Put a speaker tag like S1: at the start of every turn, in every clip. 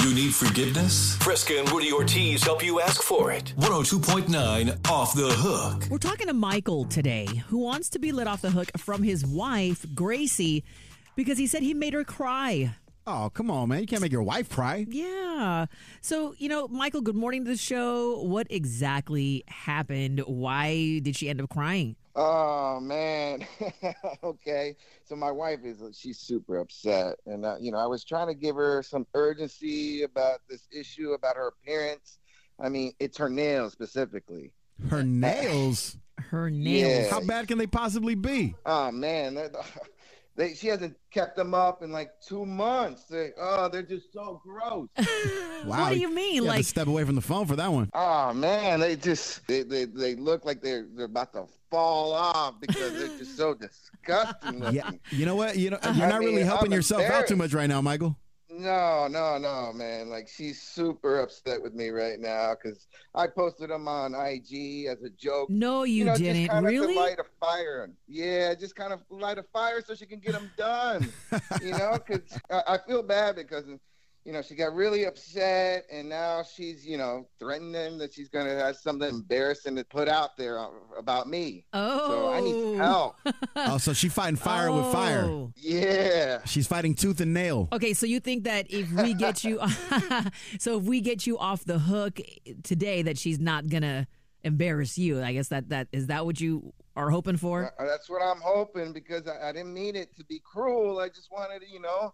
S1: You need forgiveness?
S2: Fresca and Woody Ortiz help you ask for it.
S1: 102.9 Off the Hook.
S3: We're talking to Michael today, who wants to be let off the hook from his wife, Gracie, because he said he made her cry.
S4: Oh, come on, man. You can't make your wife cry.
S3: Yeah. So, you know, Michael, good morning to the show. What exactly happened? Why did she end up crying?
S5: Oh man. okay. So my wife is she's super upset, and uh, you know I was trying to give her some urgency about this issue about her appearance. I mean, it's her nails specifically.
S4: Her nails.
S3: Her nails.
S4: How bad can they possibly be?
S5: Oh man, they're- they, she hasn't kept them up in like two months. They, oh, they're just so gross.
S4: Wow.
S3: What do you mean?
S4: You had to
S3: like,
S4: step away from the phone for that one.
S5: oh man, they just they, they, they look like they're they're about to fall off because they're just so disgusting looking.
S4: Yeah. You know what? You know you're
S5: I
S4: not really
S5: mean,
S4: helping
S5: I'm
S4: yourself out too
S5: embarrassed.
S4: much right now, Michael.
S5: No, no, no, man. Like she's super upset with me right now because I posted them on IG as a joke.
S3: no, you,
S5: know, just
S3: didn't.
S5: kind
S3: Really?
S5: To light a fire. Yeah, just kind of light a fire so she can get them done. you know, because I, I feel bad because you know she got really upset and now she's you know threatening that she's gonna have something embarrassing to put out there about me.
S3: Oh.
S5: So I need some help.
S4: Oh, so she's fighting fire with fire.
S3: Oh.
S5: Yeah.
S4: She's fighting tooth and nail.
S3: Okay, so you think that if we get you, so if we get you off the hook today, that she's not gonna embarrass you. I guess that that is that what you are hoping for.
S5: Uh, That's what I'm hoping because I, I didn't mean it to be cruel. I just wanted, to, you know,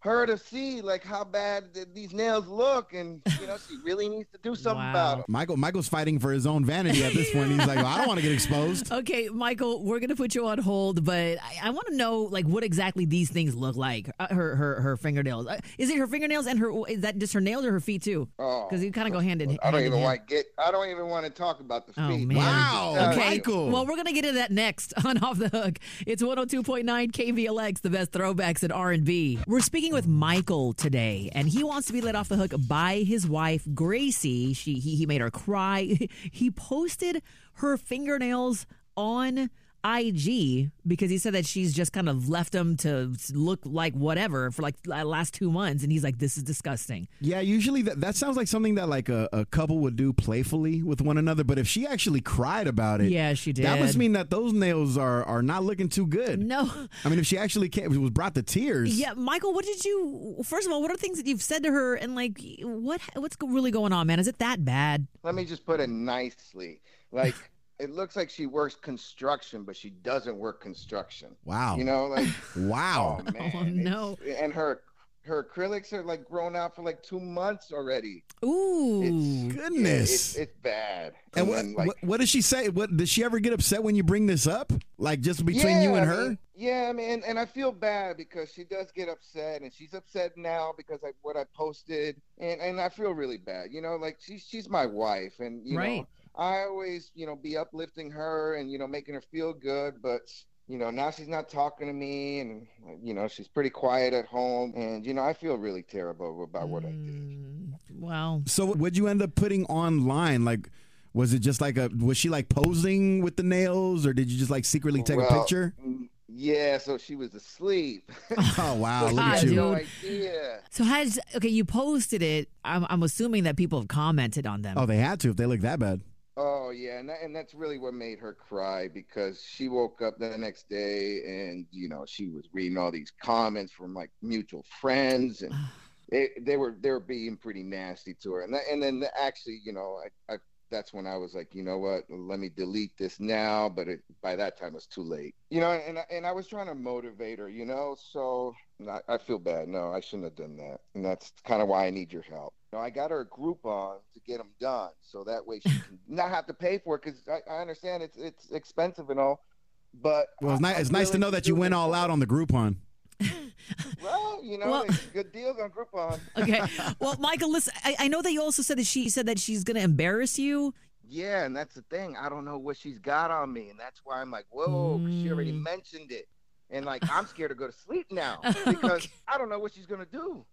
S5: her to see like how bad th- these nails look, and you know, she really needs to do something about
S3: Wow.
S5: them.
S4: Michael Michael's fighting for his own vanity at this point. He's like, well, I don't want to get exposed.
S3: Okay, Michael, we're gonna put you on hold, but I, I want to know like what exactly these things look like. Uh, her her her fingernails. Uh, is it her fingernails and her? Is that just her nails or her feet too?
S5: Oh,
S3: Because you kind of go hand in hand.
S5: I don't
S3: in
S5: even
S3: hand.
S5: want to get. I don't even want to talk about the feet.
S3: Oh, man.
S4: Wow.
S3: Okay.
S4: Michael.
S3: Well, we're gonna get into that next on Off the Hook. It's 102.9 KVLX, the best throwbacks at R&B. We're speaking with Michael today, and he wants to be let off the hook by his wife Gracie. She he, he made her cry. he posted her fingernails on IG because he said that she's just kind of left them to look like whatever for like the last two months, and he's like, "This is disgusting."
S4: Yeah, usually that, that sounds like something that like a, a couple would do playfully with one another. But if she actually cried about it,
S3: Yeah, she
S4: That must
S3: did.
S4: mean that those nails are are not looking too good.
S3: No.
S4: I mean, if she actually came, was brought to tears.
S3: Yeah, Michael, what did you? First of all, what are things that you've said to her, and like, what what's really going on, man? Is it that bad?
S5: Let me just put it nicely. Like it looks like she works construction, but she doesn't work construction.
S4: Wow.
S5: You know, like
S4: Wow.
S5: oh man, it's-
S3: no.
S5: And her her acrylics are like grown out for like two months already.
S3: Ooh,
S5: It's-
S4: Goodness.
S5: It's, it's bad.
S4: and what,
S5: then, like,
S4: what what does she say? What does she ever get upset when you bring this up? Like just between you
S5: Yeah,
S4: and
S5: I
S4: her?
S5: mean, yeah, I mean, and, and I feel bad because she does get upset, and she's upset now because I what I posted, and and I feel really bad. You know, like she's she's my wife, and you
S3: Right.
S5: know, I always you know be uplifting her and you know making her feel good, but. You know, now she's not talking to me, and you know she's pretty quiet at home, and you know I feel really terrible about what I did.
S4: Mm.
S3: Mm, wow.
S4: So what'd you end up putting online? Like, was it just like a? Was she like posing with the nails, or did you just like secretly take a
S5: Well,
S4: picture?
S5: mm, Yeah, so she was asleep.
S4: Oh wow! Look
S3: God,
S4: at
S5: I
S4: you.
S5: had
S3: dude.
S5: no idea.
S3: So has okay, you posted it. I'm I'm assuming that people have commented on them.
S4: Oh, they had to if they look that bad.
S5: Oh yeah, and that, and that's really what made her cry because she woke up the next day and you know she was reading all these comments from like mutual friends and they they were they were being pretty nasty to her and that, and then the- actually you know I, I that's when I was like you know what let me delete this now but it, by that time it was too late you know and I- and I was trying to motivate her you know so and I, I feel bad no I shouldn't have done that and that's kind of why I need your help. No, I got her a Groupon to get them done, so that way she can not have to pay for it. Because I, I understand it's it's expensive and all, but
S4: Well, it's,
S5: I-
S4: nice.
S5: I
S4: it's nice to
S5: really
S4: know that you
S5: do
S4: went
S5: it.
S4: all out on the Groupon.
S5: Well, you know,
S3: Well-
S5: there's good deals on Groupon.
S3: Okay. Well, Michael, listen. I, I know that you also said that she said that she's gonna embarrass you.
S5: Yeah, and that's the thing. I don't know what she's got on me, and that's why I'm like, whoa, 'cause she already
S3: Mm.
S5: mentioned it, and like I'm scared to go to sleep now because I don't know what she's gonna do.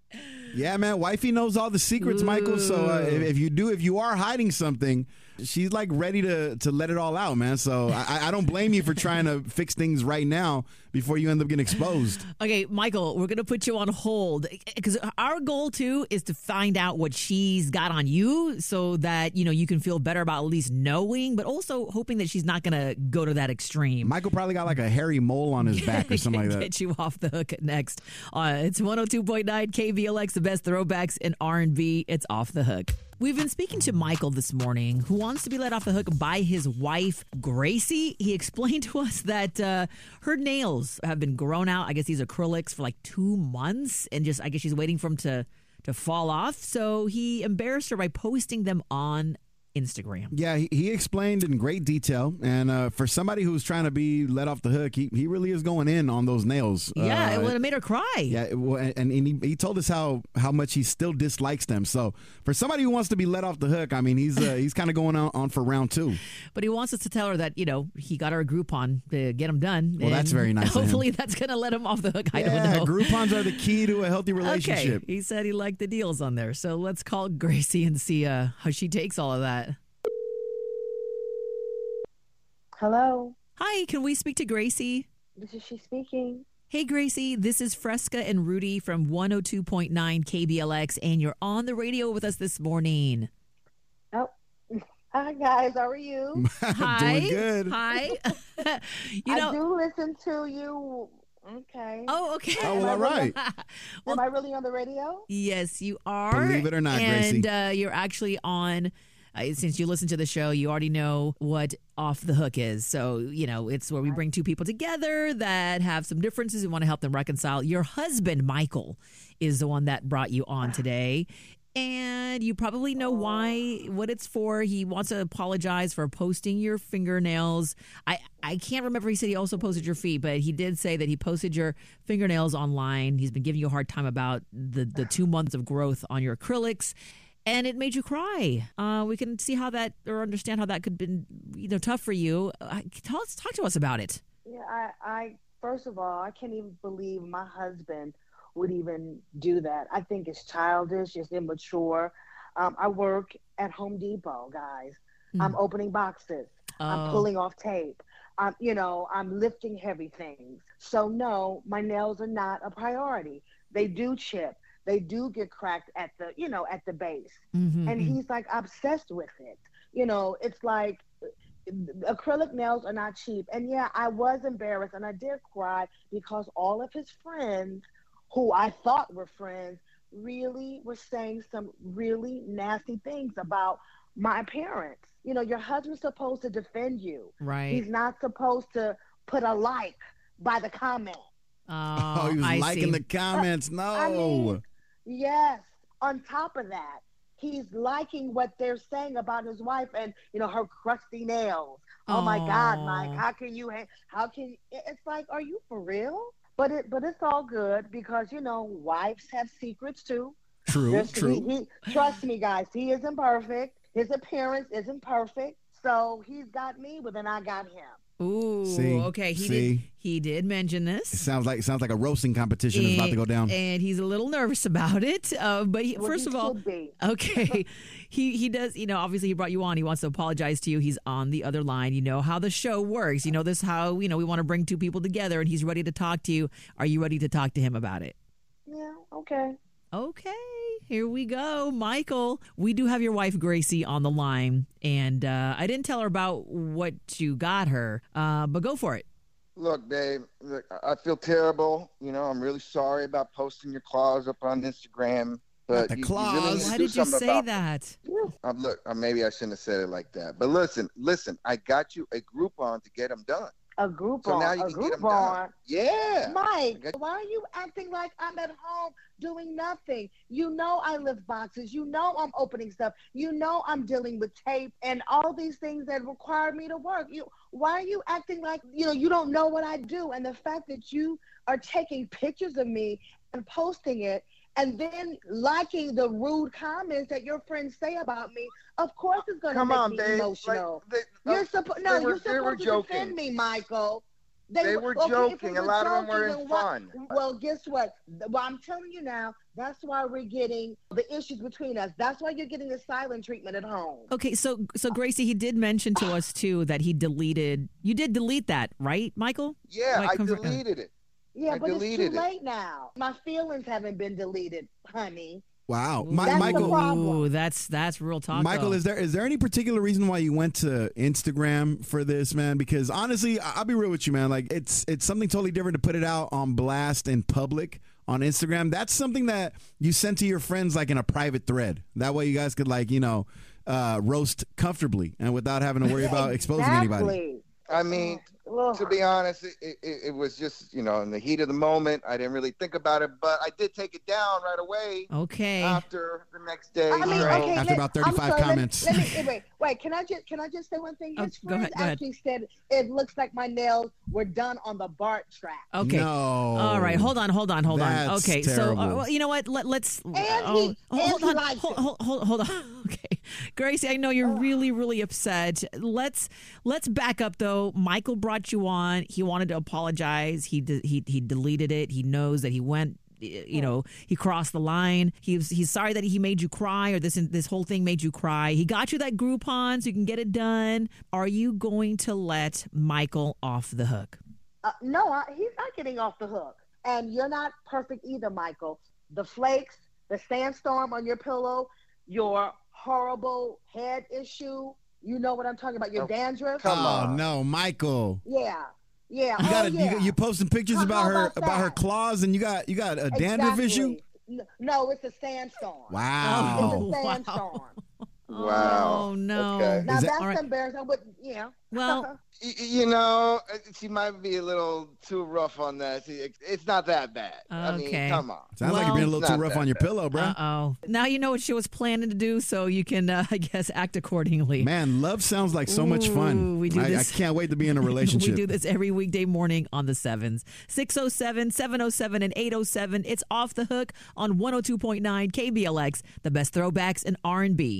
S4: Yeah, man, wifey knows all the secrets, Michael. So uh, if, if you do, if you are hiding something, she's like ready to to let it all out, man. So I, I- I don't blame you for trying to fix things right now before you end up getting exposed.
S3: Okay, Michael, we're going to put you on hold because our goal too is to find out what she's got on you so that, you know, you can feel better about at least knowing, but also hoping that she's not going to go to that extreme.
S4: Michael probably got like a hairy mole on his back or something like that.
S3: Get you off the hook next. Uh, it's 102.9 KVLX, the best throwbacks in R&B. It's off the hook. We've been speaking to Michael this morning, who wants to be let off the hook by his wife, Gracie. He explained to us that uh, her nails have been grown out. I guess these acrylics for like two months, and just I guess she's waiting for them to to fall off. So he embarrassed her by posting them on Instagram.
S4: Yeah, he, he explained in great detail, and uh, for somebody who's trying to be let off the hook, he, he really is going in on those nails.
S3: Yeah,
S4: Uh,
S3: well, it made her cry.
S4: Yeah, it- well, and, and he, he told us how, how much he still dislikes them. So for somebody who wants to be let off the hook, I mean, he's uh, he's kind of going on, on for round two.
S3: But he wants us to tell her that, you know, he got her a Groupon to get him done.
S4: Well, that's
S3: and
S4: very nice of him.
S3: Hopefully that's going to let him off the hook. I
S4: yeah,
S3: don't know.
S4: Groupon's are the key to a healthy
S3: Okay.
S4: relationship.
S3: He said he liked the deals on there. So let's call Gracie and see uh, how she takes all of that.
S6: Hello,
S3: Hi, can we speak to Gracie?
S6: this is she speaking.
S3: Hey, Gracie, this is Fresca and Rudy from 102.9 KBLX, and you're on the radio with us this morning.
S6: Oh, hi guys, how are you?
S3: Hi.
S4: Doing good.
S3: Hi. you
S6: I
S3: know,
S6: do listen to you. Okay.
S3: oh, okay.
S4: Oh, well, all right.
S6: Am I really on the radio?
S3: Yes, you are.
S4: Believe it or not,
S3: and,
S4: Gracie.
S3: uh, you're actually on. Uh, since you listen to the show, you already know what off the hook is. So you know it's where we bring two people together that have some differences. We want to help them reconcile. Your husband, Michael, is the one that brought you on today. And you probably know why, what it's for. He wants to apologize for posting your fingernails. I, I can't remember. He said he also posted your feet, but he did say that he posted your fingernails online. He's been giving you a hard time about the, the two months of growth on your acrylics. And it made you cry. Uh, we can see how that, or understand how that could been, you know, tough for you. Uh, tell us, talk to us about it.
S6: Yeah, I, I first of all, I can't even believe my husband would even do that. I think it's childish, it's immature. Um, I work at Home Depot, guys.
S3: Hmm.
S6: I'm opening boxes. I'm
S3: Oh.
S6: pulling off tape. I'm, you know, I'm lifting heavy things. So no, my nails are not a priority. They do chip. They do get cracked at the, you know, at the base.
S3: Mhm.
S6: And he's like obsessed with it. You know, it's like acrylic nails are not cheap. And yeah, I was embarrassed and I did cry because all of his friends who I thought were friends really were saying some really nasty things about my appearance. You know, your husband's supposed to defend you.
S3: right.
S6: He's not supposed to put a like by the comment.
S3: Oh,
S4: Oh, he was
S3: I
S4: liking
S3: see.
S4: the comments. No.
S6: Uh, mean- Yes. On top of that, he's liking what they're saying about his wife and you know her crusty nails. Oh, my God, Mike!
S3: Aw.
S6: How can you? ha- How can? it- It's like, are you for real? But it, but it's all good because you know wives have secrets too.
S4: true,
S6: There's-
S4: true.
S6: He, he, trust me, guys. He isn't perfect. His appearance isn't perfect. So he's got me, but then I got him.
S3: Ooh,
S4: See?
S3: okay. He did.
S4: See?
S3: He did mention
S4: It
S3: this,
S4: sounds like sounds like a roasting competition is about to go down.
S3: and he's a little nervous about it. Uh, but he,
S6: Well,
S3: first
S6: he
S3: of all,
S6: should be.
S3: okay, he he does. You know, obviously he brought you on. He wants to apologize to you. He's on the other line. You know how the show works. You know this how you know we want to bring two people together, and he's ready to talk to you. Are you ready to talk to him about it?
S6: yeah, okay.
S3: Okay, here we go. Michael, we do have your wife Gracie on the line, and uh, I didn't tell her about what you got her, uh, but go for it.
S5: Look, babe, look, I- I feel terrible. You know, I'm really sorry about posting your claws up on Instagram. But
S4: the
S5: you- you really
S4: claws.
S5: need to
S3: Why
S5: do
S3: did you
S5: something
S3: say
S5: about it.
S3: that?
S5: Um, look, uh, maybe I shouldn't have said it like that. But listen, listen, I got you a Groupon to get them done.
S6: A group
S5: So
S6: on.
S5: now you
S6: a
S5: can get
S6: group
S5: 'em done.
S6: on.
S5: Yeah.
S6: Mike,
S5: Okay.
S6: why are you acting like I'm at home doing nothing? You know I lift boxes. You know I'm opening stuff. You know I'm dealing with tape and all these things that require me to work. You why are you acting like you know you don't know what I do? And the fact that you are taking pictures of me and posting it and then liking the rude comments that your friends say about me, of course it's gonna
S5: Come
S6: make
S5: on,
S6: me
S5: babe. Like,
S6: emotional.
S5: they- uh,
S6: you're suppo-
S5: they were-
S6: no, you're
S5: they were
S6: supposed to defend
S5: joking.
S6: me, Michael. They,
S5: They
S6: were
S5: were
S6: okay, if we
S5: joking. A lot of them were
S6: joking,
S5: in
S6: then why-
S5: fun.
S6: Well, guess what? Th- Well, I'm telling you now. That's why we're getting the issues between us. That's why you're getting the silent treatment at home.
S3: Okay, so so Gracie, he did mention to us too that he deleted. You did delete that, right, Michael?
S5: Yeah,
S3: Like
S5: I
S3: comfort-
S5: deleted it.
S6: Yeah,
S5: I
S6: but it's too
S5: deleted it.
S6: late now. My feelings haven't been deleted, honey.
S4: Wow, Mi-
S6: That's the
S4: Michael.
S6: problem.
S3: Ooh, that's that's real talk.
S4: Michael, is there is there any particular reason why you went to Instagram for this, man? Because honestly, I- I'll be real with you, man. Like it's it's something totally different to put it out on blast in public on Instagram. That's something that you send to your friends like in a private thread. That way, you guys could like you know uh, roast comfortably and without having to worry about exposing anybody.
S6: Exactly.
S5: I mean,
S6: Ugh.
S5: to be honest, it, it, it was just you know in the heat of the moment. I didn't really think about it, but I did take it down right away
S3: okay.
S4: Uh,
S5: after the next day.
S6: I mean,
S5: so-
S6: okay,
S4: After
S6: let-
S4: about
S6: I'm
S4: 35
S6: sorry, let-
S4: comments.
S6: Let, me wait. Wait, can I just can I just say one thing?
S3: Oh,
S6: His
S3: go ahead,
S6: friends
S3: go ahead.
S6: actually said it looks like my nails were done on the BART track.
S3: okay.
S4: No.
S3: All right, hold on, hold on, hold on.
S4: That's
S3: Okay, so uh,
S4: terrible.
S3: well, you know what? Let, let's uh,
S6: he- and
S3: hold
S6: he
S3: on,
S6: likes
S3: hold,
S6: it.
S3: hold, hold, hold on. Okay, Gracie, I know you're really, really upset. Let's let's back up though. Michael brought you on. He wanted to apologize. He de- he he deleted it. He knows that he went. y- You know, he crossed the line. He's he's sorry that he made you cry, or this this whole thing made you cry. He got you that Groupon so you can get it done. Are you going to let Michael off the hook?
S6: Uh, no, I, he's not getting off the hook. And you're not perfect either, Michael. The flakes, the sandstorm on your pillow, your horrible head issue. You know what I'm talking about. Your
S5: Oh,
S6: dandruff.
S5: come on.
S4: Oh no, Michael.
S6: Yeah, yeah.
S4: You
S6: oh,
S4: got to
S6: yeah.
S4: you, you posting pictures
S6: How
S4: about her
S6: about that?
S4: about her claws, and you got you got a dandruff issue.
S6: Exactly. N- No, it's a sandstorm.
S4: Wow.
S6: It's
S3: Oh,
S6: a
S3: wow.
S6: sandstorm.
S5: Wow.
S3: Oh no.
S5: Okay.
S6: Now
S4: Is that-
S6: that's
S3: all right.
S6: embarrassing. I wouldn't, you know.
S3: Well,
S5: Y- y- You know, uh, she might be a little too rough on that. See, it- It's not that bad. I
S3: Okay.
S5: mean, come on.
S4: Sounds like
S3: Well-
S4: you're being a little too
S5: Not
S4: rough
S5: that
S4: on your
S5: bad.
S4: pillow, bro.
S3: uh oh. Now you know what she was planning to do, so you can, uh, I guess, act accordingly.
S4: Man, love sounds like so much fun.
S3: Ooh, we do
S4: I,
S3: this-
S4: I can't wait to be in a relationship.
S3: We do this every weekday morning on the sevens. 607, 707, and 807. It's off the hook on 102.9 KBLX, the best throwbacks in R&B.